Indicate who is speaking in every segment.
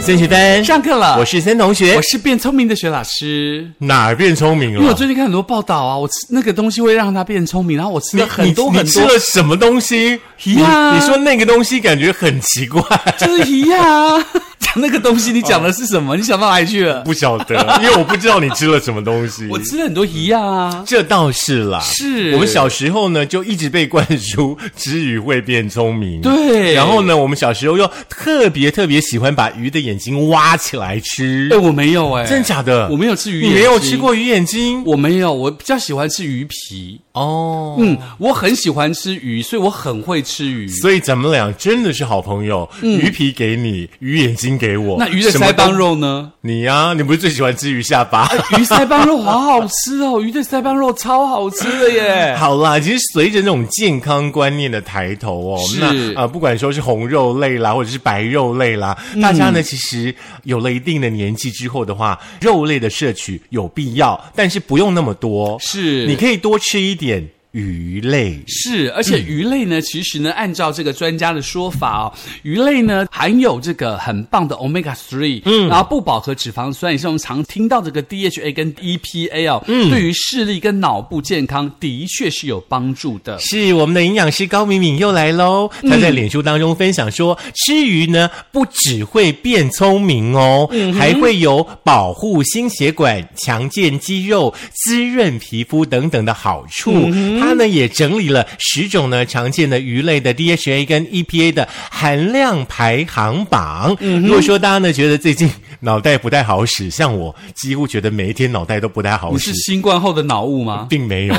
Speaker 1: 森学芬，
Speaker 2: 上课了，
Speaker 1: 我是森同学
Speaker 2: 啊我。是变聪明的学老师。
Speaker 1: 哪儿变聪明了？
Speaker 2: 因为我最近看很多报道啊，我吃那个东西会让他变聪明，然后我吃
Speaker 1: 你
Speaker 2: 了很多
Speaker 1: 你
Speaker 2: 很
Speaker 1: 你
Speaker 2: 多
Speaker 1: 吃，了什么东西？你
Speaker 2: 呀
Speaker 1: 你说那个东西感觉很奇怪，
Speaker 2: 就是一样啊。 讲那个东西，你讲的是什么？你想到哪里去了？
Speaker 1: 不晓 得，因为我不知道你吃了什么东西。
Speaker 2: 我吃了很多一样啊。
Speaker 1: 这倒是啦，
Speaker 2: 是
Speaker 1: 我们小时候呢就一直被灌输“吃鱼会变聪明”，
Speaker 2: 对
Speaker 1: 然后呢，我们小时候又特别特别喜欢把鱼的眼睛挖起来吃
Speaker 2: 哎，，我没有哎，
Speaker 1: 真假的？
Speaker 2: 我没有吃鱼眼
Speaker 1: 你
Speaker 2: 睛
Speaker 1: 没有吃过鱼眼睛？
Speaker 2: 我没有，我比较喜欢吃鱼皮。
Speaker 1: 哦，
Speaker 2: 嗯，我很喜欢吃鱼，所以我很会吃鱼。
Speaker 1: 嗯所以咱们俩真的是好朋友，鱼皮给你，鱼眼睛给我。
Speaker 2: 嗯那鱼的
Speaker 1: 什么
Speaker 2: 腮
Speaker 1: 都
Speaker 2: 帮，肉哎呢？
Speaker 1: 你呀、你不是最喜欢吃鱼下巴？
Speaker 2: 鱼腮帮肉好好吃哦，鱼的腮帮肉超好吃的耶。
Speaker 1: 好啦，其实随着这种健康观念的抬头哦，
Speaker 2: 是
Speaker 1: 那呃，不管说是红肉类啦，或者是白肉类啦，
Speaker 2: 嗯
Speaker 1: 大家呢其实有了一定的年纪之后的话，肉类的摄取有必要，但是不用那么多，
Speaker 2: 是
Speaker 1: 你可以多吃一点鱼类。
Speaker 2: 是，
Speaker 1: 嗯
Speaker 2: 而且鱼类呢，其实呢，按照这个专家的说法哦，鱼类呢含有这个很棒的 omega three，嗯，然后不饱和脂肪酸也是我们常听到这个 DHA 跟 EPA 哦，嗯，对于视力跟脑部健康的确是有帮助的。嗯
Speaker 1: 是我们的营养师高敏敏又来喽，她在脸书当中分享说，吃鱼呢不只会变聪明哦，
Speaker 2: 嗯
Speaker 1: 还会有保护心血管、强健肌肉、滋润皮肤等等的好处。
Speaker 2: 嗯
Speaker 1: 她呢也整理了十种呢常见的鱼类的 DHA 跟 EPA 的含量排行榜。
Speaker 2: 嗯
Speaker 1: 如果说大家呢觉得最近脑袋不太好使，像我几乎觉得每一天脑袋都不太好
Speaker 2: 你
Speaker 1: 使
Speaker 2: 是。新冠后的脑雾 吗？
Speaker 1: 并没有，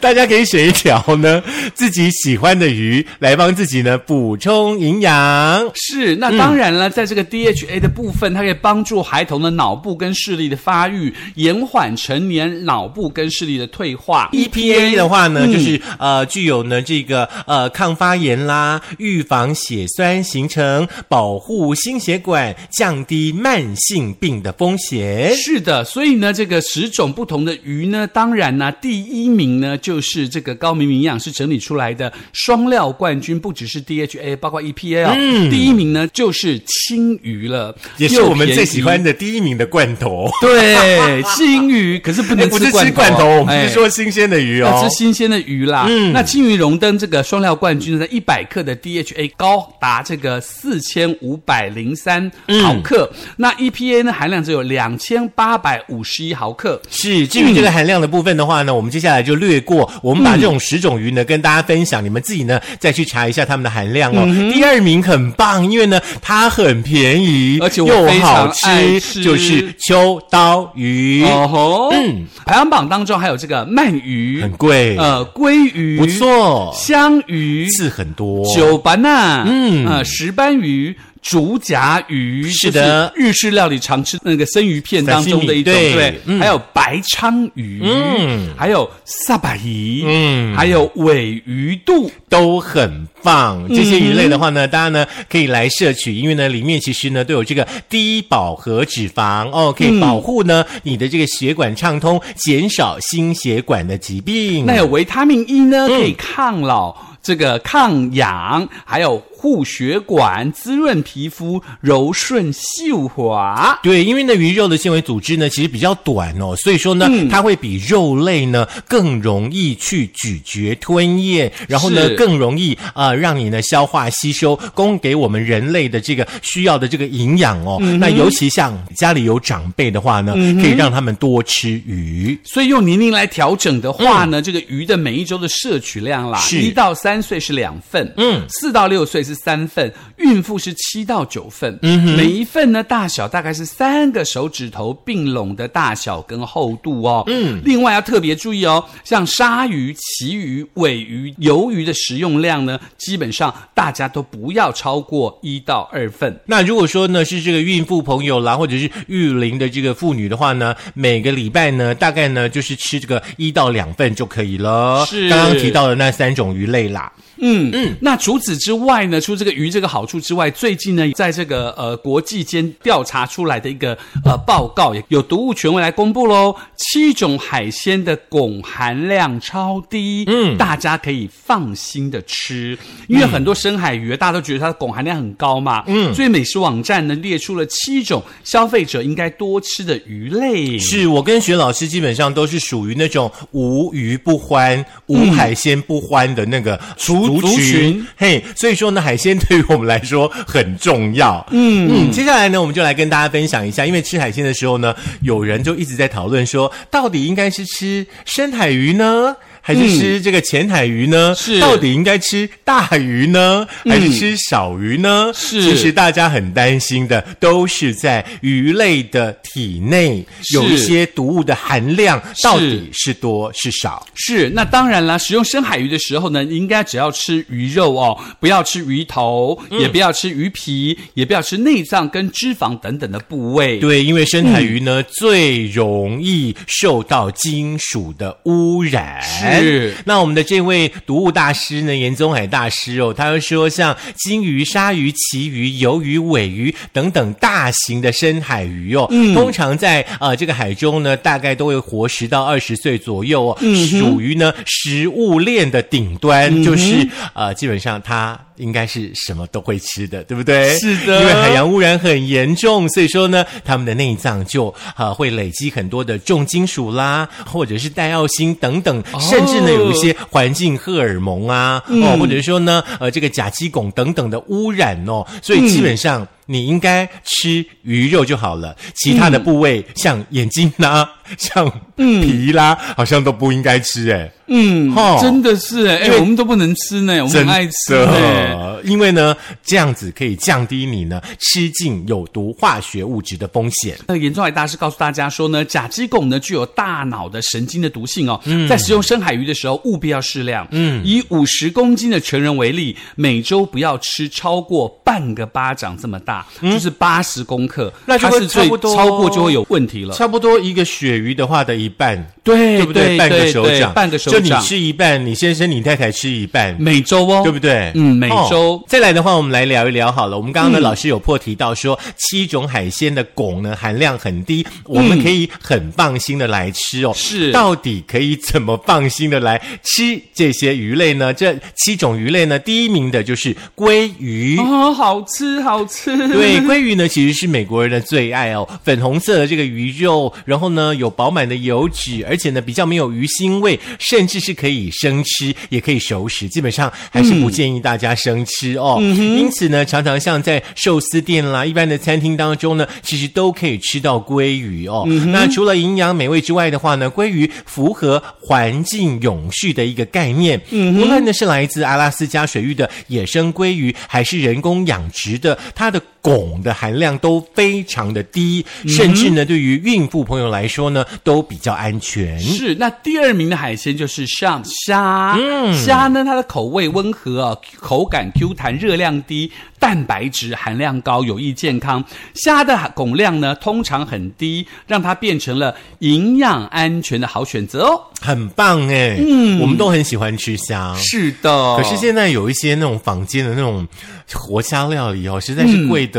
Speaker 1: 大家可以选一条呢 自己喜欢的鱼来帮自己呢补充营养。
Speaker 2: 是，那当然了，在这个 DHA 的部分，它可以帮助孩童的脑部跟视力的发育，延缓成年脑部跟视力的退化。E
Speaker 1: EPA E 的话
Speaker 2: 嗯
Speaker 1: 呢，就是呃具有呢这个呃抗发炎啦、预防血栓形成、保护心血管、降低慢性病的风险。
Speaker 2: 是的，所以呢，这个十种不同的鱼呢，当然呢，第一名呢就是这个高明营养师整理出来的双料冠军，不只是 DHA，包括 EPA 哦。第一名呢就是青 鱼了，
Speaker 1: 也是我们
Speaker 2: 又便宜
Speaker 1: 最喜欢。的第一名的罐头，
Speaker 2: 对，青鱼，可是不
Speaker 1: 哎
Speaker 2: 能
Speaker 1: 不是
Speaker 2: 吃
Speaker 1: 吃罐头，我们
Speaker 2: 哎
Speaker 1: 是说新鲜的鱼
Speaker 2: 要
Speaker 1: 哦
Speaker 2: 吃。新鲜的鱼啦。
Speaker 1: 嗯
Speaker 2: 那青鱼荣登这个双料冠军呢，一百克的 DHA 高达这个四千五百零三
Speaker 1: 嗯
Speaker 2: 毫克，那 EPA 呢含量只有两千八百五十一毫克。
Speaker 1: 是，至
Speaker 2: 嗯
Speaker 1: 于这个含量的部分的话呢，我们接下来就略过。我们把这种十种鱼呢、跟大家分享，你们自己呢再去查一下它们的含量
Speaker 2: 嗯
Speaker 1: 哦。第二名很棒，因为呢它很便宜，
Speaker 2: 而且我
Speaker 1: 又
Speaker 2: 非常
Speaker 1: 好
Speaker 2: 爱
Speaker 1: 吃，
Speaker 2: 吃
Speaker 1: 就是秋刀鱼，
Speaker 2: 哦吼，嗯，排行榜当中还有这个鳗鱼
Speaker 1: 很，贵，
Speaker 2: 呃，鲑鱼，
Speaker 1: 不，错，
Speaker 2: 香鱼，
Speaker 1: 刺很多。
Speaker 2: 九斑呐，
Speaker 1: 嗯
Speaker 2: 呃，石斑鱼。竹夹鱼
Speaker 1: 是的，
Speaker 2: 就是日式料理常吃那个生鱼片当中的一种，
Speaker 1: Sashimi，对
Speaker 2: 对不对，
Speaker 1: 嗯
Speaker 2: 还有白鲳鱼，
Speaker 1: 嗯，
Speaker 2: 还有萨巴鱼，
Speaker 1: 嗯
Speaker 2: 还有尾鱼肚，
Speaker 1: 都很棒。这些鱼类的话呢，大家呢可以来摄取，因为呢里面其实呢都有这个低饱和脂肪哦，可以
Speaker 2: 嗯
Speaker 1: 保护呢、你的这个血管畅通，减少心血管的疾病。
Speaker 2: 那有维他命 E
Speaker 1: 嗯
Speaker 2: 呢，可以抗老、这个抗氧，还有护血管、滋润皮肤、柔顺秀滑。
Speaker 1: 对，因为呢，鱼肉的纤维组织呢，其实比较短哦，所以说呢，
Speaker 2: 嗯
Speaker 1: 它会比肉类呢更容易去咀嚼、吞咽，然后呢，
Speaker 2: 是
Speaker 1: 更容易啊、呃让你呢消化吸收，供给我们人类的这个需要的这个营养哦。
Speaker 2: 嗯
Speaker 1: 那尤其像家里有长辈的话呢，可以让他们多吃鱼。
Speaker 2: 所以用年龄来调整的话呢，这个鱼的每一周的摄取量啦，
Speaker 1: 是
Speaker 2: 一到三岁是两份，嗯，四到六岁是三份，孕妇是七到九份，嗯，每一份呢大小大概是三个手指头并拢的大小跟厚度哦，嗯，另外要特别注意哦，像鲨鱼、旗鱼、尾鱼、鱿鱼的食用量呢，基本上大家都不要超过一到二份。
Speaker 1: 那如果说呢是这个孕妇朋友啦，或者是育龄的这个妇女的话呢，每个礼拜呢大概呢就是吃这个一到两份就可以了。
Speaker 2: 是
Speaker 1: 刚刚提到的那三种鱼类啦。
Speaker 2: 嗯嗯，那除此之外呢，除这个鱼这个好处之外，最近呢，在这个呃国际间调查出来的一个呃报告，也有毒物权威来公布喽，七种海鲜的汞含量超低，嗯，大家可以放心的吃，因为很多深海鱼大家都觉得它的汞含量很高嘛，嗯，所以美食网站呢列出了七种消费者应该多吃的鱼类，
Speaker 1: 是我跟学老师基本上都是属于那种无鱼不欢、无海鲜不欢的那个族
Speaker 2: 族群
Speaker 1: 嘿，所以说呢，海鲜对于我们来说很重要。嗯嗯，接下来呢，我们就来跟大家分享一下，因为吃海鲜的时候呢，有人就一直在讨论说，到底应该是吃深海鱼呢？还是吃这个浅海鱼呢？
Speaker 2: 是
Speaker 1: 到底应该吃大鱼呢，还是吃小鱼呢？
Speaker 2: 是
Speaker 1: 其实大家很担心的都是在鱼类的体内
Speaker 2: 是
Speaker 1: 有一些毒物的含量到底是多是少。
Speaker 2: 是，那当然啦，使用深海鱼的时候呢，应该只要吃鱼肉哦，不要吃鱼头，
Speaker 1: 嗯
Speaker 2: 也不要吃鱼皮，也不要吃内脏跟脂肪等等的部位。
Speaker 1: 对，因为深海鱼呢、最容易受到金属的污染。
Speaker 2: 是
Speaker 1: 那我们的这位毒物大师呢，严宗海大师哦，他又说像金鱼、鲨鱼、旗鱼、鱿鱼、尾鱼等等大型的深海鱼哦，通常在呃这个海中呢，大概都会活十到二十岁左右哦，属于呢食物链的顶端，就是呃基本上它。应该是什么都会吃的，对不对？
Speaker 2: 是的
Speaker 1: 因为海洋。海洋污染很严重，所以说呢，他们的内脏就呃会累积很多的重金属啦，或者是带奥辛等等，
Speaker 2: 哦
Speaker 1: 甚至呢有一些环境荷尔蒙啊，
Speaker 2: 嗯
Speaker 1: 哦，或者说呢呃这个甲基汞等等的污染哦，所以基本上。你应该吃鱼肉就好了，其他的部位、
Speaker 2: 嗯
Speaker 1: 像眼睛啦、像皮啦，好像都不应该吃哎、哦
Speaker 2: 嗯
Speaker 1: 吼，
Speaker 2: 真的是哎、
Speaker 1: 因为
Speaker 2: 我们都不能吃呢，我们
Speaker 1: 真
Speaker 2: 很爱吃哎呢。
Speaker 1: 的，因为呢，这样子可以降低你呢吃进有毒化学物质的风险。
Speaker 2: 那严仲海大师告诉大家说呢，甲基汞呢具有大脑的神经的毒性哦，
Speaker 1: 嗯
Speaker 2: 在食用深海鱼的时候务必要适量。嗯，以五十公斤的成人为例，每周不要吃超过半个巴掌这么大，就是八十公克，
Speaker 1: 嗯那就
Speaker 2: 它
Speaker 1: 会
Speaker 2: 是最
Speaker 1: 差不多
Speaker 2: 超过就会有问题了。
Speaker 1: 差不多一个鳕鱼的话的一半，
Speaker 2: 对
Speaker 1: 对不哎对？半个手掌，
Speaker 2: 半个手
Speaker 1: 就你
Speaker 2: 掌，
Speaker 1: 吃一半，你先生、你太太吃一半。
Speaker 2: 每周哦，
Speaker 1: 对不对？
Speaker 2: 嗯，每周。
Speaker 1: 哦再来的话，我们来聊一聊好了。我们刚刚呢，老师有破提到说，
Speaker 2: 嗯
Speaker 1: 七种海鲜的汞呢含量很低，我们可以很放心的来吃哦。
Speaker 2: 是
Speaker 1: 到底可以怎么放心的来吃这些鱼类呢？这七种鱼类呢，第一名的就是鲑鱼。
Speaker 2: 哦，好吃，好吃。
Speaker 1: 对，鲑鱼呢其实是美国人的最爱哦，粉红色的这个鱼肉，然后呢有饱满的油脂，而且呢比较没有鱼腥味，甚至是可以生吃，也可以熟食，基本上还是不建议大家生吃哦。因此呢，常常像在寿司店啦、一般的餐厅当中呢，其实都可以吃到鲑鱼哦。
Speaker 2: 嗯
Speaker 1: 那除了营养美味之外的话呢，鲑鱼符合环境永续的一个概念，
Speaker 2: 嗯
Speaker 1: 无论呢是来自阿拉斯加水域的野生鲑鱼，还是人工养殖的，它的汞的含量都非常的低，
Speaker 2: 嗯
Speaker 1: 甚至呢，对于孕妇朋友来说呢，都比较安全。
Speaker 2: 是，那第二名的海鲜就是像虾，
Speaker 1: 嗯
Speaker 2: 虾呢它的口味温和啊，口感 Q 弹，热量低，蛋白质含量高，有益健康。虾的汞量呢通常很低，让它变成了营养安全的好选择哦。
Speaker 1: 很棒哎，嗯，我们都很喜欢吃虾。
Speaker 2: 是的，
Speaker 1: 可是现在有一些那种坊间的那种活虾料理哦，实在是贵的，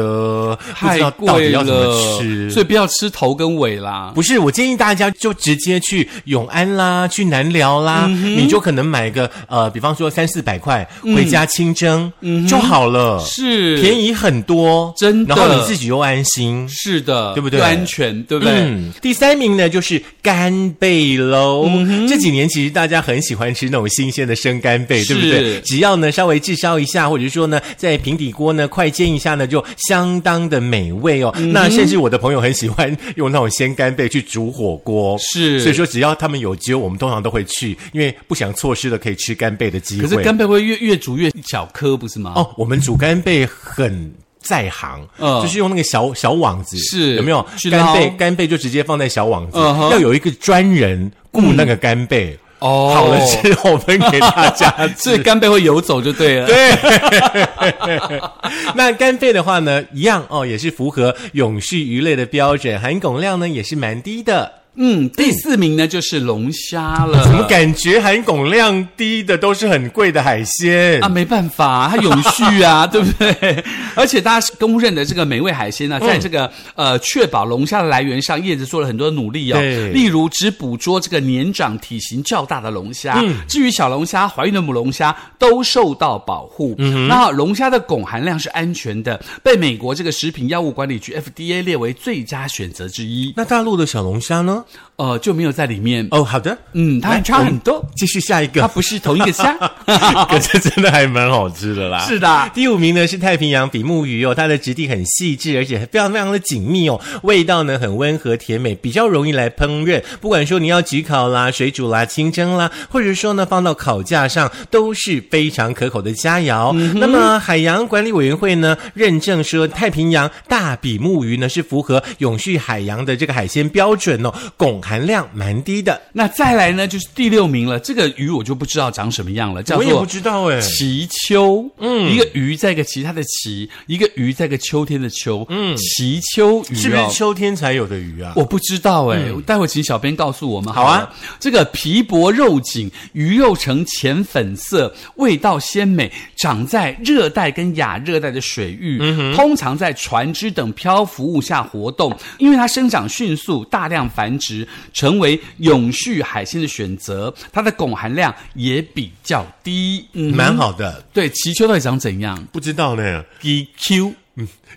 Speaker 1: 不知
Speaker 2: 嗯太
Speaker 1: 道到底
Speaker 2: 贵
Speaker 1: 要怎
Speaker 2: 了
Speaker 1: 么，吃。
Speaker 2: 所以不要吃头跟尾啦。
Speaker 1: 不是，我建议大家就直接去永安啦，去南寮啦，
Speaker 2: 嗯
Speaker 1: 你就可能买个呃，比方说三四百块回家清蒸、就好了，
Speaker 2: 嗯是
Speaker 1: 便宜很多，
Speaker 2: 真的
Speaker 1: 然后你自己又安心。
Speaker 2: 是的，
Speaker 1: 对不对
Speaker 2: 又安全，对不对？
Speaker 1: 嗯，第三名呢就是干贝喽。
Speaker 2: 嗯
Speaker 1: 这几年其实大家很喜欢吃那种新鲜的生干贝，对不对
Speaker 2: 是？
Speaker 1: 只要呢稍微炙烧一下，或者说呢在平底锅呢快煎一下呢，就相当的美味
Speaker 2: 嗯
Speaker 1: 哦。那甚至我的朋友很喜欢用那种鲜干贝去煮火锅，
Speaker 2: 是
Speaker 1: 所以说只要他们有揪，我们通常都会去，因为不想错失了可以吃干贝的机
Speaker 2: 可是
Speaker 1: 会。
Speaker 2: 干贝会越越煮越小颗，不是吗？
Speaker 1: 哦，我们煮干贝很。在行，
Speaker 2: 嗯
Speaker 1: 就是用那个小小网子，
Speaker 2: 是
Speaker 1: 有没有
Speaker 2: 去
Speaker 1: 干贝
Speaker 2: 捞？
Speaker 1: 干贝就直接放在小网子，
Speaker 2: 嗯哼
Speaker 1: 要有一个专人雇那个干贝。
Speaker 2: 哦啊
Speaker 1: 好了 之后分给大家
Speaker 2: 所以干贝会游走就对了。
Speaker 1: 对， 那干贝的话呢，一样哦，也是符合永续鱼类的标准，含汞量呢也是蛮低的。
Speaker 2: 嗯，第四名呢就是龙虾了。
Speaker 1: 怎么感觉含汞量低的都是很贵的海鲜
Speaker 2: 啊，？没办法、它永续啊，对不对？而且大家是公认的这个美味海
Speaker 1: 嗯
Speaker 2: 鲜呢、在这个、呃确保龙虾的来源上，叶子做了很多努力哦
Speaker 1: 对。
Speaker 2: 例如只捕捉这个年长、体型较大的龙虾，
Speaker 1: 嗯
Speaker 2: 至于小龙虾、怀孕的母龙虾都受到保护。
Speaker 1: 嗯
Speaker 2: 那龙虾的汞含量是安全的，被美国这个食品药物管理局 FDA 列为最佳选择之一。
Speaker 1: 那大陆的小龙虾呢？
Speaker 2: 呃，就没有在里面。
Speaker 1: 哦，好的，
Speaker 2: 嗯，它
Speaker 1: 来
Speaker 2: 差
Speaker 1: 我
Speaker 2: 很
Speaker 1: 们
Speaker 2: 多，
Speaker 1: 继续下一个
Speaker 2: 它。不是同一个 虾。
Speaker 1: 可是真的还蛮好吃的啦。
Speaker 2: 是的，
Speaker 1: 第五名呢是太平洋比目鱼哦，它的质地很细致，而且非常非常的紧密哦，味道呢很温和甜美，比较容易来烹饪。不管说你要焗烤啦、水煮啦、清蒸啦，或者说呢放到烤架上，都是非常可口的佳肴。嗯那么海洋管理委员会呢认证说，太平洋大比目鱼呢是符合永续海洋的这个海鲜标准哦，汞含量蛮低的。
Speaker 2: 那再来呢，就是第六名了。这个鱼我就不知道长什么样了，叫
Speaker 1: 我也不
Speaker 2: 做
Speaker 1: 知道哎、
Speaker 2: 鳍秋。嗯，一个鱼在一个其他的鳍，一个鱼在一个秋天的秋。嗯，鳍秋鱼、哦、
Speaker 1: 是不是秋天才有的鱼啊？
Speaker 2: 我不知道哎、待会请小编告诉我们
Speaker 1: 好啊
Speaker 2: 了。这个皮薄肉紧，鱼肉呈浅粉色，味道鲜美，长在热带跟亚热带的水域，通常在船只等漂浮物下活动。因为它生长迅速，大量繁殖，成为永续海鲜的选择。它的汞含量也比较低。嗯，
Speaker 1: 蛮好的，
Speaker 2: 对，鳍鳅到底长怎样？
Speaker 1: 不知道呢。
Speaker 2: 皮 Q，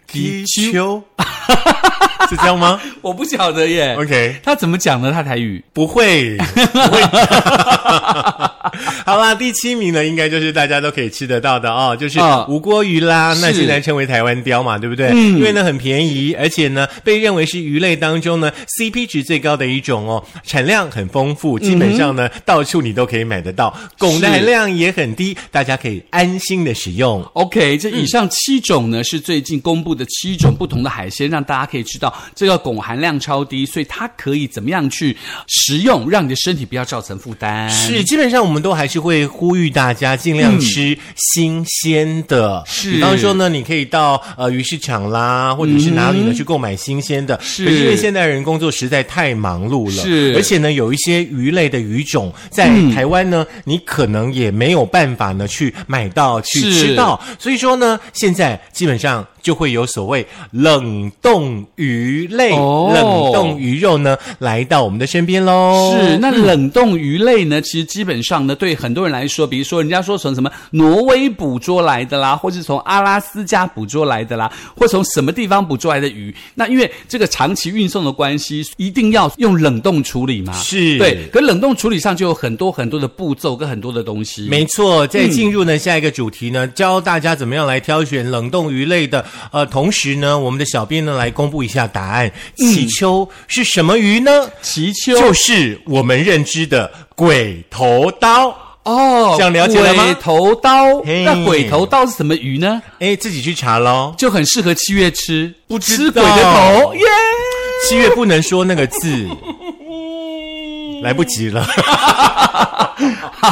Speaker 1: 皮 丘是这样吗
Speaker 2: 我不晓得耶。
Speaker 1: ？OK，
Speaker 2: 它怎么讲呢？它台语。
Speaker 1: 不会， 不会。好啦，第七名呢，应该就是大家都可以吃得到的哦，就是
Speaker 2: 啊
Speaker 1: 无锅鱼啦。那
Speaker 2: 是嗯
Speaker 1: 现在称为台湾鲷嘛，对不对？因为呢很便宜，而且呢被认为是鱼类当中呢 CP 值最高的一种哦，产量很丰
Speaker 2: 嗯
Speaker 1: 富，基本上呢、到处你都可以买得到，汞的含量也很低，大家可以安心的使用。
Speaker 2: OK，这
Speaker 1: 嗯
Speaker 2: 以上七种呢、是最近公布的七种不同的海鲜，让大家可以知道这个汞含量超低，所以它可以怎么样去食用，让你的身体不要造成负担。
Speaker 1: 是，基本上我们都还是会呼吁大家尽量吃新鲜的。
Speaker 2: 嗯是
Speaker 1: 比方说呢，你可以到呃鱼市场啦，或者是哪里呢、去购买新鲜的。
Speaker 2: 嗯是
Speaker 1: 可因为现代人工作实在太忙碌了，
Speaker 2: 是嗯
Speaker 1: 而且呢，有一些鱼类的鱼种在台湾呢，你可能也没有办法呢去买到去
Speaker 2: 是
Speaker 1: 吃到，所以说呢，现在基本上。就会有所谓冷冻鱼类、
Speaker 2: 哦
Speaker 1: 冷冻鱼肉呢，来到我们的身边喽。
Speaker 2: 是，那冷冻鱼类呢？其实基本上呢，对很多人来说，比如说人家说从什么挪威捕捉来的啦，或是从阿拉斯加捕捉来的啦，或从什么地方捕捉来的鱼，那因为这个长期运送的关系，一定要用冷冻处理嘛。
Speaker 1: 是
Speaker 2: 对，可冷冻处理上就有很多很多的步骤跟很多的东西。
Speaker 1: 没错，在进入呢、下一个主题呢，教大家怎么样来挑选冷冻鱼类的。呃，同时呢，我们的小编呢来公布一下答案。乞秋是什么鱼呢？
Speaker 2: 鳍鳅
Speaker 1: 就是我们认知的鬼头刀。
Speaker 2: 哦，
Speaker 1: 这样了解了吗
Speaker 2: 鬼头刀，
Speaker 1: 嘿
Speaker 2: 那鬼头刀是什么鱼呢？
Speaker 1: 哎，自己去查喽。
Speaker 2: 就很适合七月吃，
Speaker 1: 不知
Speaker 2: 吃鬼
Speaker 1: 道
Speaker 2: 的头耶。
Speaker 1: 七月不能说那个字，来不及了。
Speaker 2: 哈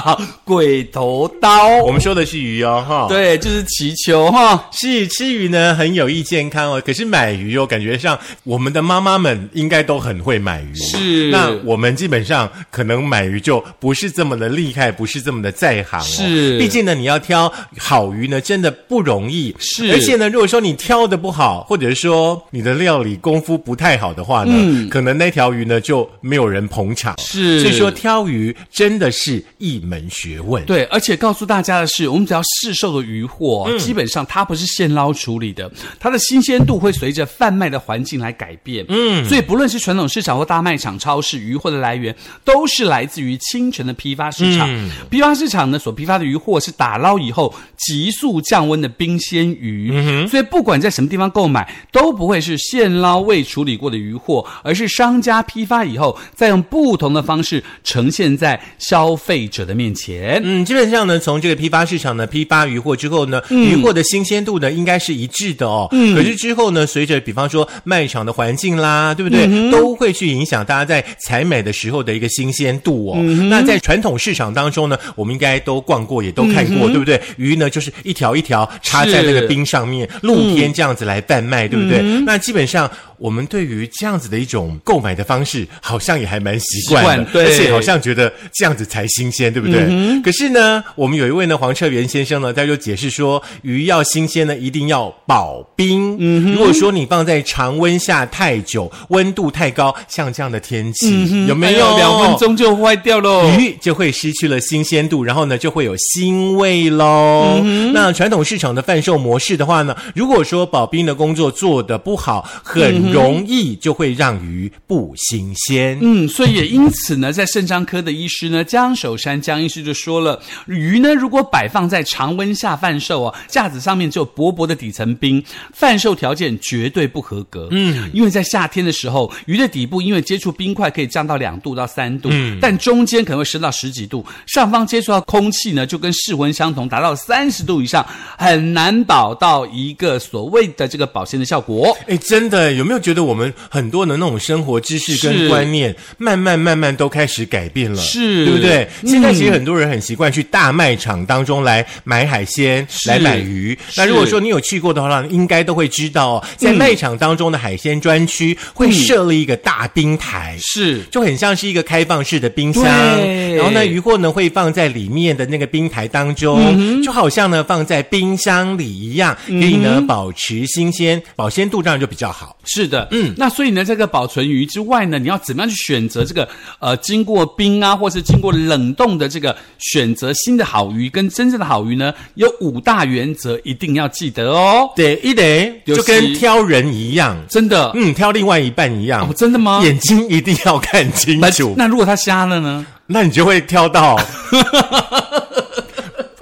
Speaker 2: 哈，鬼头刀，
Speaker 1: 我们说的是鱼哦，哈。。
Speaker 2: 对，就是祈求哈。
Speaker 1: 是吃鱼呢很有益健康哦，可是买鱼哦，感觉上我们的妈妈们应该都很会买鱼，哦
Speaker 2: 是
Speaker 1: 那我们基本上可能买鱼就不是这么的厉害，不是这么的在行哦。
Speaker 2: 是
Speaker 1: 毕竟呢，你要挑好鱼呢，真的不容易。
Speaker 2: 是
Speaker 1: 而且呢，如果说你挑的不好，或者说你的料理功夫不太好的话呢，可能那条鱼呢就没有人捧场。
Speaker 2: 嗯是
Speaker 1: 所以说挑鱼真的是一门学问。
Speaker 2: 对，而且告诉大家的是，我们只要市售的鱼货，基本上它不是现捞处理的，它的新鲜度会随着贩卖的环境来改变。嗯，所以不论是传统市场或大卖场、超市，鱼货的来源都是来自于清晨的批发市场。批发市场呢，所批发的鱼货是打捞以后急速降温的冰鲜鱼，所以不管在什么地方购买，都不会是现捞未处理过的鱼货，而是商家批发以后，再用不同的方式呈现在消费者的面前。
Speaker 1: 嗯，基本上呢，从这个批发市场呢批发鱼货之后呢，鱼货的新鲜度呢应该是一致的哦。嗯，可是之后呢，随着比方说卖场的环境啦，对不对，都会去影响大家在采买的时候的一个新鲜度哦。那在传统市场当中呢，我们应该都逛过，也都看过，对不对？鱼呢就是一条一条插在那个
Speaker 2: 是
Speaker 1: 嗯冰上面，露天这样子来贩卖，对不对？那基本上。我们对于这样子的一种购买的方式，好像也还蛮习惯的，
Speaker 2: 习惯对
Speaker 1: 而且好像觉得这样子才新鲜，对不
Speaker 2: 嗯
Speaker 1: 对？可是呢，我们有一位呢黄彻元先生呢，他就解释说，鱼要新鲜呢，一定要保冰。嗯，如果说你放在常温下太久，温度太高，像这样的天气，有没有、
Speaker 2: 哎呦两分钟就坏掉喽？
Speaker 1: 鱼就会失去了新鲜度，然后呢就会有腥味喽。
Speaker 2: 嗯
Speaker 1: 那传统市场的贩售模式的话呢，如果说保冰的工作做得不好，很容易就会让鱼不新鲜。
Speaker 2: 嗯，所以也因此呢，在肾脏科的医师呢，江守山江医师就说了，鱼呢如果摆放在常温下贩售啊，架子上面只有薄薄的底层冰，贩售条件绝对不合格。嗯，因为在夏天的时候，鱼的底部因为接触冰块可以降到两度到三度，但中间可能会升到十几度，上方接触到空气呢就跟室温相同，达到三十度以上，很难保到一个所谓的这个保鲜的效果。
Speaker 1: 哎，真的有没有觉得我们很多的那种生活知识跟
Speaker 2: 是
Speaker 1: 观念，慢慢慢慢都开始改变了，
Speaker 2: 是
Speaker 1: 对不对？
Speaker 2: 嗯
Speaker 1: 现在其实很多人很习惯去大卖场当中来买海鲜，
Speaker 2: 是
Speaker 1: 来买鱼。
Speaker 2: 是嗯
Speaker 1: 那如果说你有去过的话，应该都会知道、哦，在卖场当中的海鲜专区会设立一个大冰台。
Speaker 2: 是，
Speaker 1: 就很像是一个开放式的冰箱，
Speaker 2: 对
Speaker 1: 然后呢，鱼货呢会放在里面的那个冰台当中，
Speaker 2: 嗯
Speaker 1: 就好像呢放在冰箱里一样，可以呢、保持新鲜，保鲜度这样就比较好。
Speaker 2: 是的，嗯，那所以呢，这个保存鱼之外呢，你要怎么样去选择这个呃，经过冰啊，或是经过冷冻的这个选择新的好鱼跟真正的好鱼呢？有五大原则一定要记得哦，
Speaker 1: 对，一得
Speaker 2: 就是
Speaker 1: 就跟挑人一样，
Speaker 2: 真的、
Speaker 1: 嗯，挑另外一半一样。
Speaker 2: 哦，真的吗？
Speaker 1: 眼睛一定要看清
Speaker 2: 那
Speaker 1: 楚，
Speaker 2: 那如果它瞎了呢？
Speaker 1: 那你就会挑到，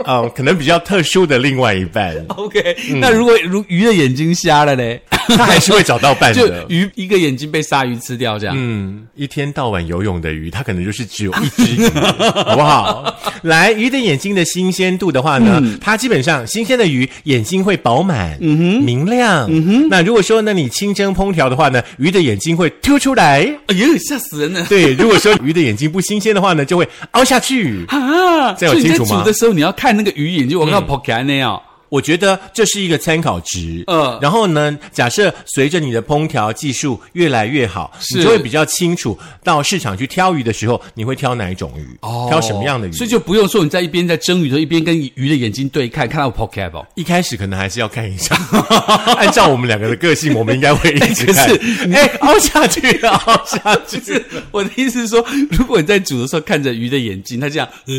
Speaker 1: 呃，可能比较特殊的另外一半，
Speaker 2: OK，、那如果如鱼的眼睛瞎了 嘞，
Speaker 1: 他还是会找到伴
Speaker 2: 就
Speaker 1: 的。
Speaker 2: 鱼一个眼睛被鲨鱼吃掉这样。
Speaker 1: 嗯，一天到晚游泳的鱼，它可能就是只有一只 鱼，好不好？来，鱼的眼睛的新鲜度的话呢，
Speaker 2: 嗯
Speaker 1: 它基本上新鲜的鱼眼睛会饱满、明亮。
Speaker 2: 嗯
Speaker 1: 那如果说呢，你清蒸烹调的话呢，鱼的眼睛会凸出来。
Speaker 2: 哎呦，吓死人了！
Speaker 1: 对，如果说鱼的眼睛不新鲜的话呢，就会凹下 去。
Speaker 2: 啊，
Speaker 1: 这样
Speaker 2: 所
Speaker 1: 有
Speaker 2: 以你
Speaker 1: 清
Speaker 2: 在
Speaker 1: 楚吗
Speaker 2: 煮的时候，你要看那个鱼眼睛，我看 p o k e 那样。
Speaker 1: 我觉得这是一个参考值。
Speaker 2: 嗯
Speaker 1: 然后呢，假设随着你的烹调技术越来越好，
Speaker 2: 是
Speaker 1: 你就会比较清楚到市场去挑鱼的时候，你会挑哪一种鱼，
Speaker 2: 哦
Speaker 1: 挑什么样的鱼。
Speaker 2: 所以就不用说你在一边在蒸鱼的时候，一边跟鱼的眼睛对看，看到 Pokemon 哦。
Speaker 1: 一开始可能还是要看一下， 按照我们两个的个性，我们应该会一直看。
Speaker 2: 哎可是
Speaker 1: 哎、凹下去了，凹下
Speaker 2: 就
Speaker 1: 去。
Speaker 2: 是我的意思是说，如果你在煮的时候看着鱼的眼睛，它这样呃，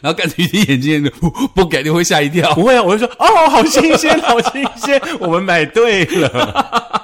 Speaker 2: 然后看着鱼的眼睛呃不给你会吓一跳。
Speaker 1: 不会啊，我就说哦，好新鲜，好新鲜，我们买对了。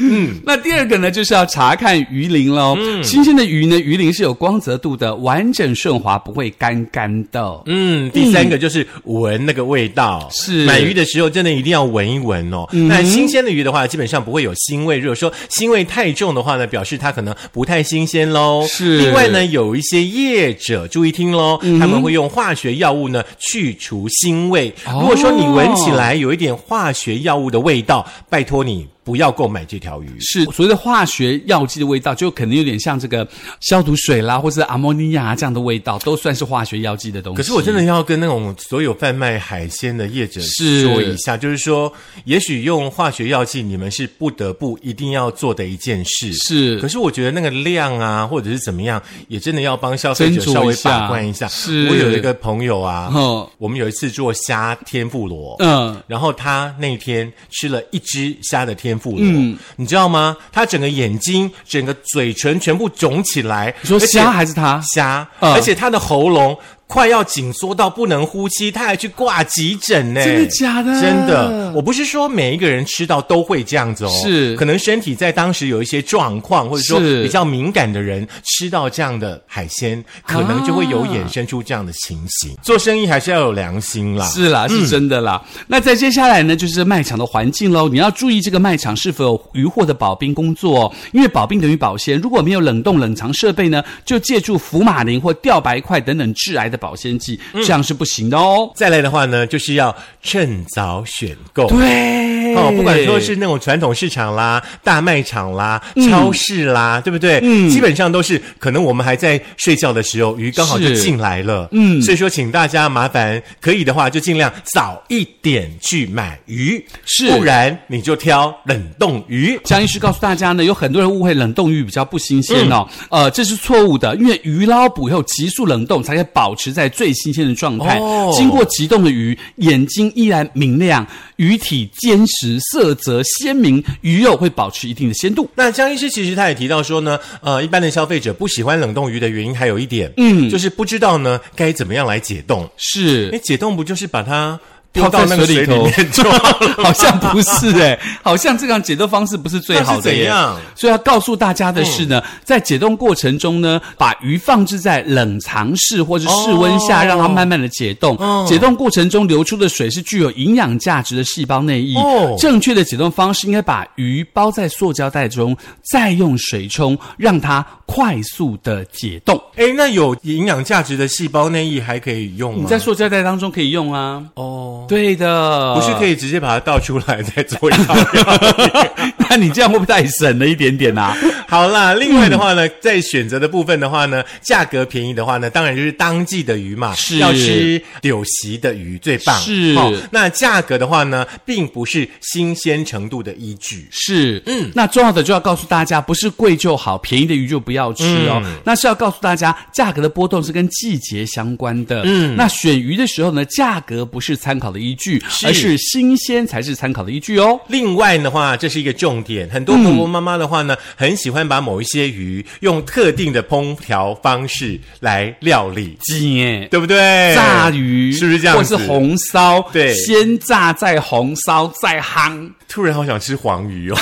Speaker 1: 嗯
Speaker 2: 那第二个呢，就是要查看鱼鳞喽。新鲜的鱼呢，鱼鳞是有光泽度的，完整顺滑，不会干干的。
Speaker 1: 嗯，第三个就是闻那个味道，
Speaker 2: 哦是嗯
Speaker 1: 买鱼的时候真的一定要闻一闻哦。那新鲜的鱼的话，基本上不会有腥味。如果说腥味太重的话呢，表示它可能不太新鲜喽。
Speaker 2: 是嗯
Speaker 1: 另外呢，有一些业者注意听喽，他们会用化学药物呢去除腥味。
Speaker 2: 哦
Speaker 1: 如果说你闻起来有一点化学药物的味道，拜托你不要购买这条鱼。
Speaker 2: 是所谓的化学药剂的味道，就可能有点像这个消毒水啦，或是阿莫尼亚这样的味道，都算是化学药剂的东西。
Speaker 1: 可是我真的要跟那种所有贩卖海鲜的业者
Speaker 2: 是
Speaker 1: 说一下，就是说，也许用化学药剂，你们是不得不一定要做的一件事。
Speaker 2: 是
Speaker 1: 可是我觉得那个量啊，或者是怎么样，也真的要帮消费者
Speaker 2: 斟酌
Speaker 1: 稍微
Speaker 2: 一下
Speaker 1: 把关一下。
Speaker 2: 是
Speaker 1: 我有一个朋友啊，
Speaker 2: 哦
Speaker 1: 我们有一次做虾天妇罗，
Speaker 2: 嗯
Speaker 1: 然后他那天吃了一只虾的天妇罗，
Speaker 2: 嗯
Speaker 1: 你知道吗？他整个眼睛、整个嘴唇全部肿起来。
Speaker 2: 你说
Speaker 1: 而且
Speaker 2: 虾还是它？
Speaker 1: 虾，
Speaker 2: 嗯
Speaker 1: 而且他的喉咙快要紧缩到不能呼吸，他还去挂急诊呢。
Speaker 2: 真的假的
Speaker 1: 真的，我不是说每一个人吃到都会这样子哦，
Speaker 2: 是
Speaker 1: 可能身体在当时有一些状况，或者说
Speaker 2: 是
Speaker 1: 比较敏感的人吃到这样的海鲜，
Speaker 2: 啊
Speaker 1: 可能就会有衍生出这样的情形。做生意还是要有良心啦。
Speaker 2: 是啦，是真的啦。那再接下来呢，就是卖场的环境喽。你要注意这个卖场是否有渔获的保冰工作、哦，因为保冰等于保鲜。如果没有冷冻冷藏设备呢，就借助福马林或吊白块等等致癌的保鲜剂，这样是不行的哦。
Speaker 1: 再来的话呢，就是要趁早选购。
Speaker 2: 对
Speaker 1: 哦，不管说是那种传统市场啦、大卖场啦、
Speaker 2: 嗯
Speaker 1: 超市啦，对不对？嗯，基本上都是可能我们还在睡觉的时候，鱼刚好就是进来了。嗯，所以说，请大家麻烦可以的话，就尽量早一点去买鱼，
Speaker 2: 是
Speaker 1: 不然你就挑冷冻鱼。
Speaker 2: 江医师告诉大家呢，有很多人误会冷冻鱼比较不新鲜哦，呃，这是错误的，因为鱼捞捕以后急速冷冻，才可以保持在最新鲜的状态。
Speaker 1: 哦
Speaker 2: 经过急冻的鱼，眼睛依然明亮，鱼体坚实，色泽鲜明，鱼肉会保持一定的鲜度。
Speaker 1: 那江医师其实他也提到说呢，呃，一般的消费者不喜欢冷冻鱼的原因还有一点，嗯，就是不知道呢该怎么样来解冻。
Speaker 2: 是
Speaker 1: 哎，，解冻不就是把它丢
Speaker 2: 泡
Speaker 1: 到那
Speaker 2: 在
Speaker 1: 个水
Speaker 2: 水里
Speaker 1: 里
Speaker 2: 头
Speaker 1: 面就好 了
Speaker 2: 好像不是哎、好像这样解冻方式不是最好
Speaker 1: 那
Speaker 2: 的
Speaker 1: 是怎
Speaker 2: 耶
Speaker 1: 样。嗯
Speaker 2: 所以要告诉大家的是呢，在解冻过程中呢，把鱼放置在冷藏室或是室温下，
Speaker 1: 哦
Speaker 2: 让它慢慢的解冻。
Speaker 1: 嗯
Speaker 2: 解冻过程中流出的水是具有营养价值的细胞内液。
Speaker 1: 哦
Speaker 2: 正确的解冻方式应该把鱼包在塑胶袋中，再用水冲，让它快速的解冻。
Speaker 1: 哎，那有营养价值的细胞内液还可以用吗？
Speaker 2: 你在塑胶袋当中可以用啊。
Speaker 1: 哦，
Speaker 2: 对的，
Speaker 1: 不是可以直接把它倒出来再做一道料理？
Speaker 2: 那你这样会不会太省了一点点啊？
Speaker 1: 好啦，另外的话呢，在选择的部分的话呢，价格便宜的话呢，当然就是当季的鱼嘛，
Speaker 2: 是
Speaker 1: 要吃柳席的鱼最棒。哦
Speaker 2: 是
Speaker 1: 那价格的话呢，并不是新鲜程度的依据。
Speaker 2: 是，嗯，那重要的就要告诉大家，不是贵就好，便宜的鱼就不要吃哦。
Speaker 1: 嗯
Speaker 2: 那是要告诉大家，价格的波动是跟季节相关的。嗯，那选鱼的时候呢，价格不是参考的依据，
Speaker 1: 是
Speaker 2: 而是新鲜才是参考的依据哦。
Speaker 1: 另外的话，这是一个重点。很多婆婆妈妈的话呢，很喜欢把某一些鱼用特定的烹调方式来料理，
Speaker 2: 姐。
Speaker 1: 对不对？
Speaker 2: 炸鱼
Speaker 1: 是不是这样
Speaker 2: 或
Speaker 1: 子？
Speaker 2: 是红烧，
Speaker 1: 对
Speaker 2: 先炸再红烧再夯，
Speaker 1: 突然好想吃黄鱼哦。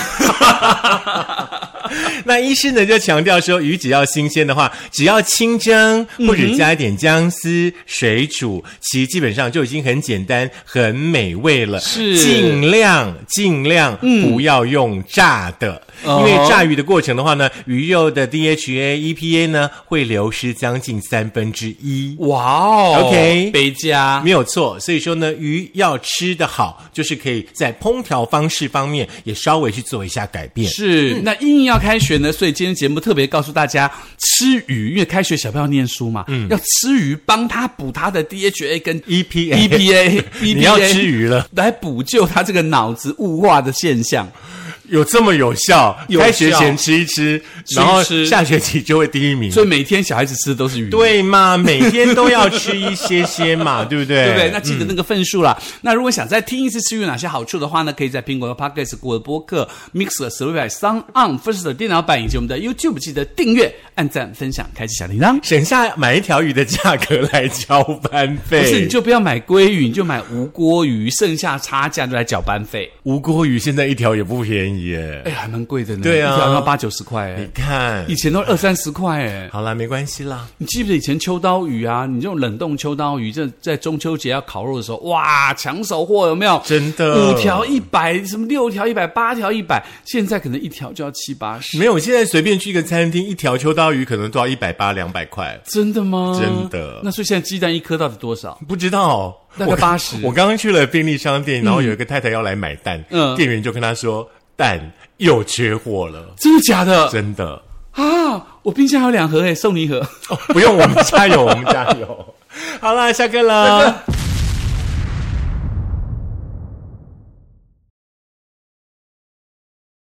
Speaker 1: 那医师呢就强调说，鱼只要新鲜的话，只要清蒸或者加一点姜丝、水煮，其实基本上就已经很简单、很美味了。
Speaker 2: 是
Speaker 1: 尽量尽量不要用炸的，因
Speaker 2: 哦
Speaker 1: 为炸鱼的过程的话呢，鱼肉的 DHA、EPA E 呢会流失将近三分之一。
Speaker 2: 哇哦
Speaker 1: OK
Speaker 2: 贝加
Speaker 1: 没有错，所以说呢，鱼要吃得好，就是可以在烹调方式方面也稍微去做一下改变。
Speaker 2: 是，那英英要开学呢，所以今天节目特别告诉大家，吃鱼，因为开学小朋友念书嘛，
Speaker 1: 嗯
Speaker 2: 要吃鱼，帮他补他的 DHA 跟 E
Speaker 1: EPA
Speaker 2: EPA，
Speaker 1: E 你要吃鱼了，
Speaker 2: E 来补救他这个脑子雾化的现象。
Speaker 1: 嗯有这么有效？
Speaker 2: 有
Speaker 1: 开学
Speaker 2: 效
Speaker 1: 前吃一吃，
Speaker 2: 吃一
Speaker 1: 然后
Speaker 2: 吃
Speaker 1: 下学期就会第一名，
Speaker 2: 所以每天小孩子吃的都是鱼，
Speaker 1: 对嘛？每天都要吃一些些 嘛，对不对？
Speaker 2: 对不对？那记得那个份数啦。那如果想再听一次吃鱼有哪些好处的话呢，可以在苹果的 Podcast、谷歌播客、Mixer、Spotify、Sound On、First 的电脑版以及我们的 YouTube，记得订阅、按赞、分享、开启小铃铛。
Speaker 1: 省下买一条鱼的价格来交班费，
Speaker 2: 不是，你就不要买鲑鱼，你就买无锅鱼，剩下差价就来搅班费。
Speaker 1: 无锅鱼现在一条也不便宜耶。
Speaker 2: 哎，还蛮贵的呢，
Speaker 1: 对啊
Speaker 2: 一条要八九十块
Speaker 1: 你
Speaker 2: 哎，
Speaker 1: 看
Speaker 2: 以，前都二三十块哎。
Speaker 1: 好啦，没关系啦。
Speaker 2: 你记不记得以前秋刀鱼啊？你这种冷冻秋刀鱼，这在中秋节要烤肉的时候，哇，抢手货有没有？
Speaker 1: 真的
Speaker 2: 五条一百，什么六条一百，八条一百，现在可能一条就要七八十。
Speaker 1: 没有，现在随便去一个餐厅，一条秋刀鱼可能都要一百八、两百块。
Speaker 2: 真的吗？
Speaker 1: 真的
Speaker 2: 那所以现在鸡蛋一颗到底多少？
Speaker 1: 不知道，
Speaker 2: 大概
Speaker 1: 我刚
Speaker 2: 80
Speaker 1: 我刚刚去了便利商店，然后有一个太太要来买蛋，
Speaker 2: 嗯
Speaker 1: 店员就跟她说蛋又缺货了，
Speaker 2: 真的假的？
Speaker 1: 真的
Speaker 2: 啊！我冰箱还有两盒哎，送你一盒。
Speaker 1: 哦，不用我们加油，我们加油。好啦，下课了。